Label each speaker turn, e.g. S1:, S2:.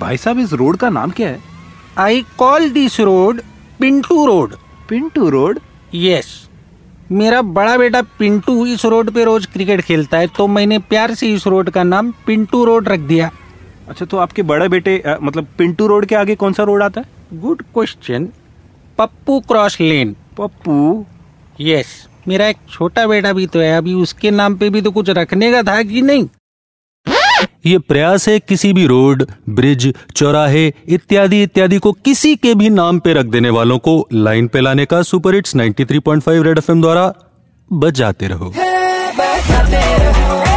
S1: भाई साहब इस रोड का नाम क्या है
S2: I call this road Pintu road
S1: Pintu road
S2: yes मेरा बड़ा बेटा पिंटू इस रोड पे रोज क्रिकेट खेलता है तो मैंने प्यार से इस रोड का नाम पिंटू रोड रख दिया
S1: अच्छा तो आपके बड़े बेटे अ, मतलब पिंटू रोड के आगे कौन सा रोड आता है
S2: good question Pappu cross lane
S1: Pappu
S2: yes मेरा एक छोटा बेटा भी तो है अभी उसके नाम पे भी तो कुछ रखने का था कि नहीं
S3: ये प्रयास है किसी भी रोड ब्रिज चौराहे इत्यादि इत्यादि को किसी के भी नाम पे रख देने वालों को लाइन पे लाने का सुपर हिट्स 93.5 रेड एफएम द्वारा बजाते रहो
S4: बजाते रहो